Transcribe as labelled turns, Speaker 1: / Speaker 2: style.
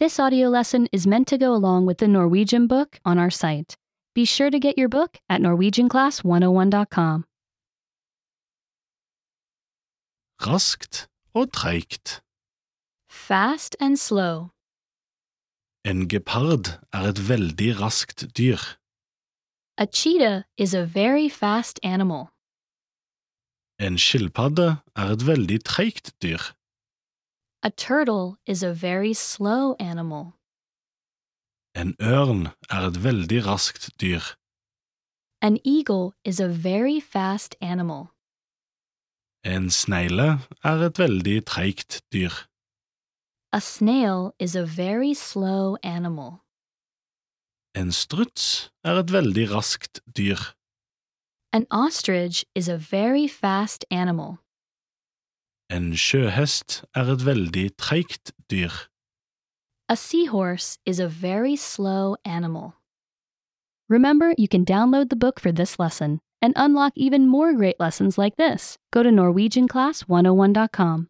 Speaker 1: This audio lesson is meant to go along with the Norwegian book on our site. Be sure to get your book at norwegianclass101.com.
Speaker 2: Raskt og treigt.
Speaker 1: Fast and slow.
Speaker 2: En gepard er et veldig raskt dyr.
Speaker 1: A cheetah is a very fast animal.
Speaker 2: En skilpadde er et veldig treigt dyr.
Speaker 1: A turtle is a very slow animal.
Speaker 2: En ørn er et veldig raskt dyr.
Speaker 1: An eagle is a very fast animal.
Speaker 2: En snegle er et veldig treigt dyr.
Speaker 1: A snail is a very slow animal.
Speaker 2: En struts er et veldig raskt dyr.
Speaker 1: An ostrich is a very fast animal.
Speaker 2: En sjøhest er et veldig treigt dyr.
Speaker 1: A seahorse is a very slow animal. Remember, you can download the book for this oh lesson and unlock even more great lessons like this. Go to NorwegianClass101.com.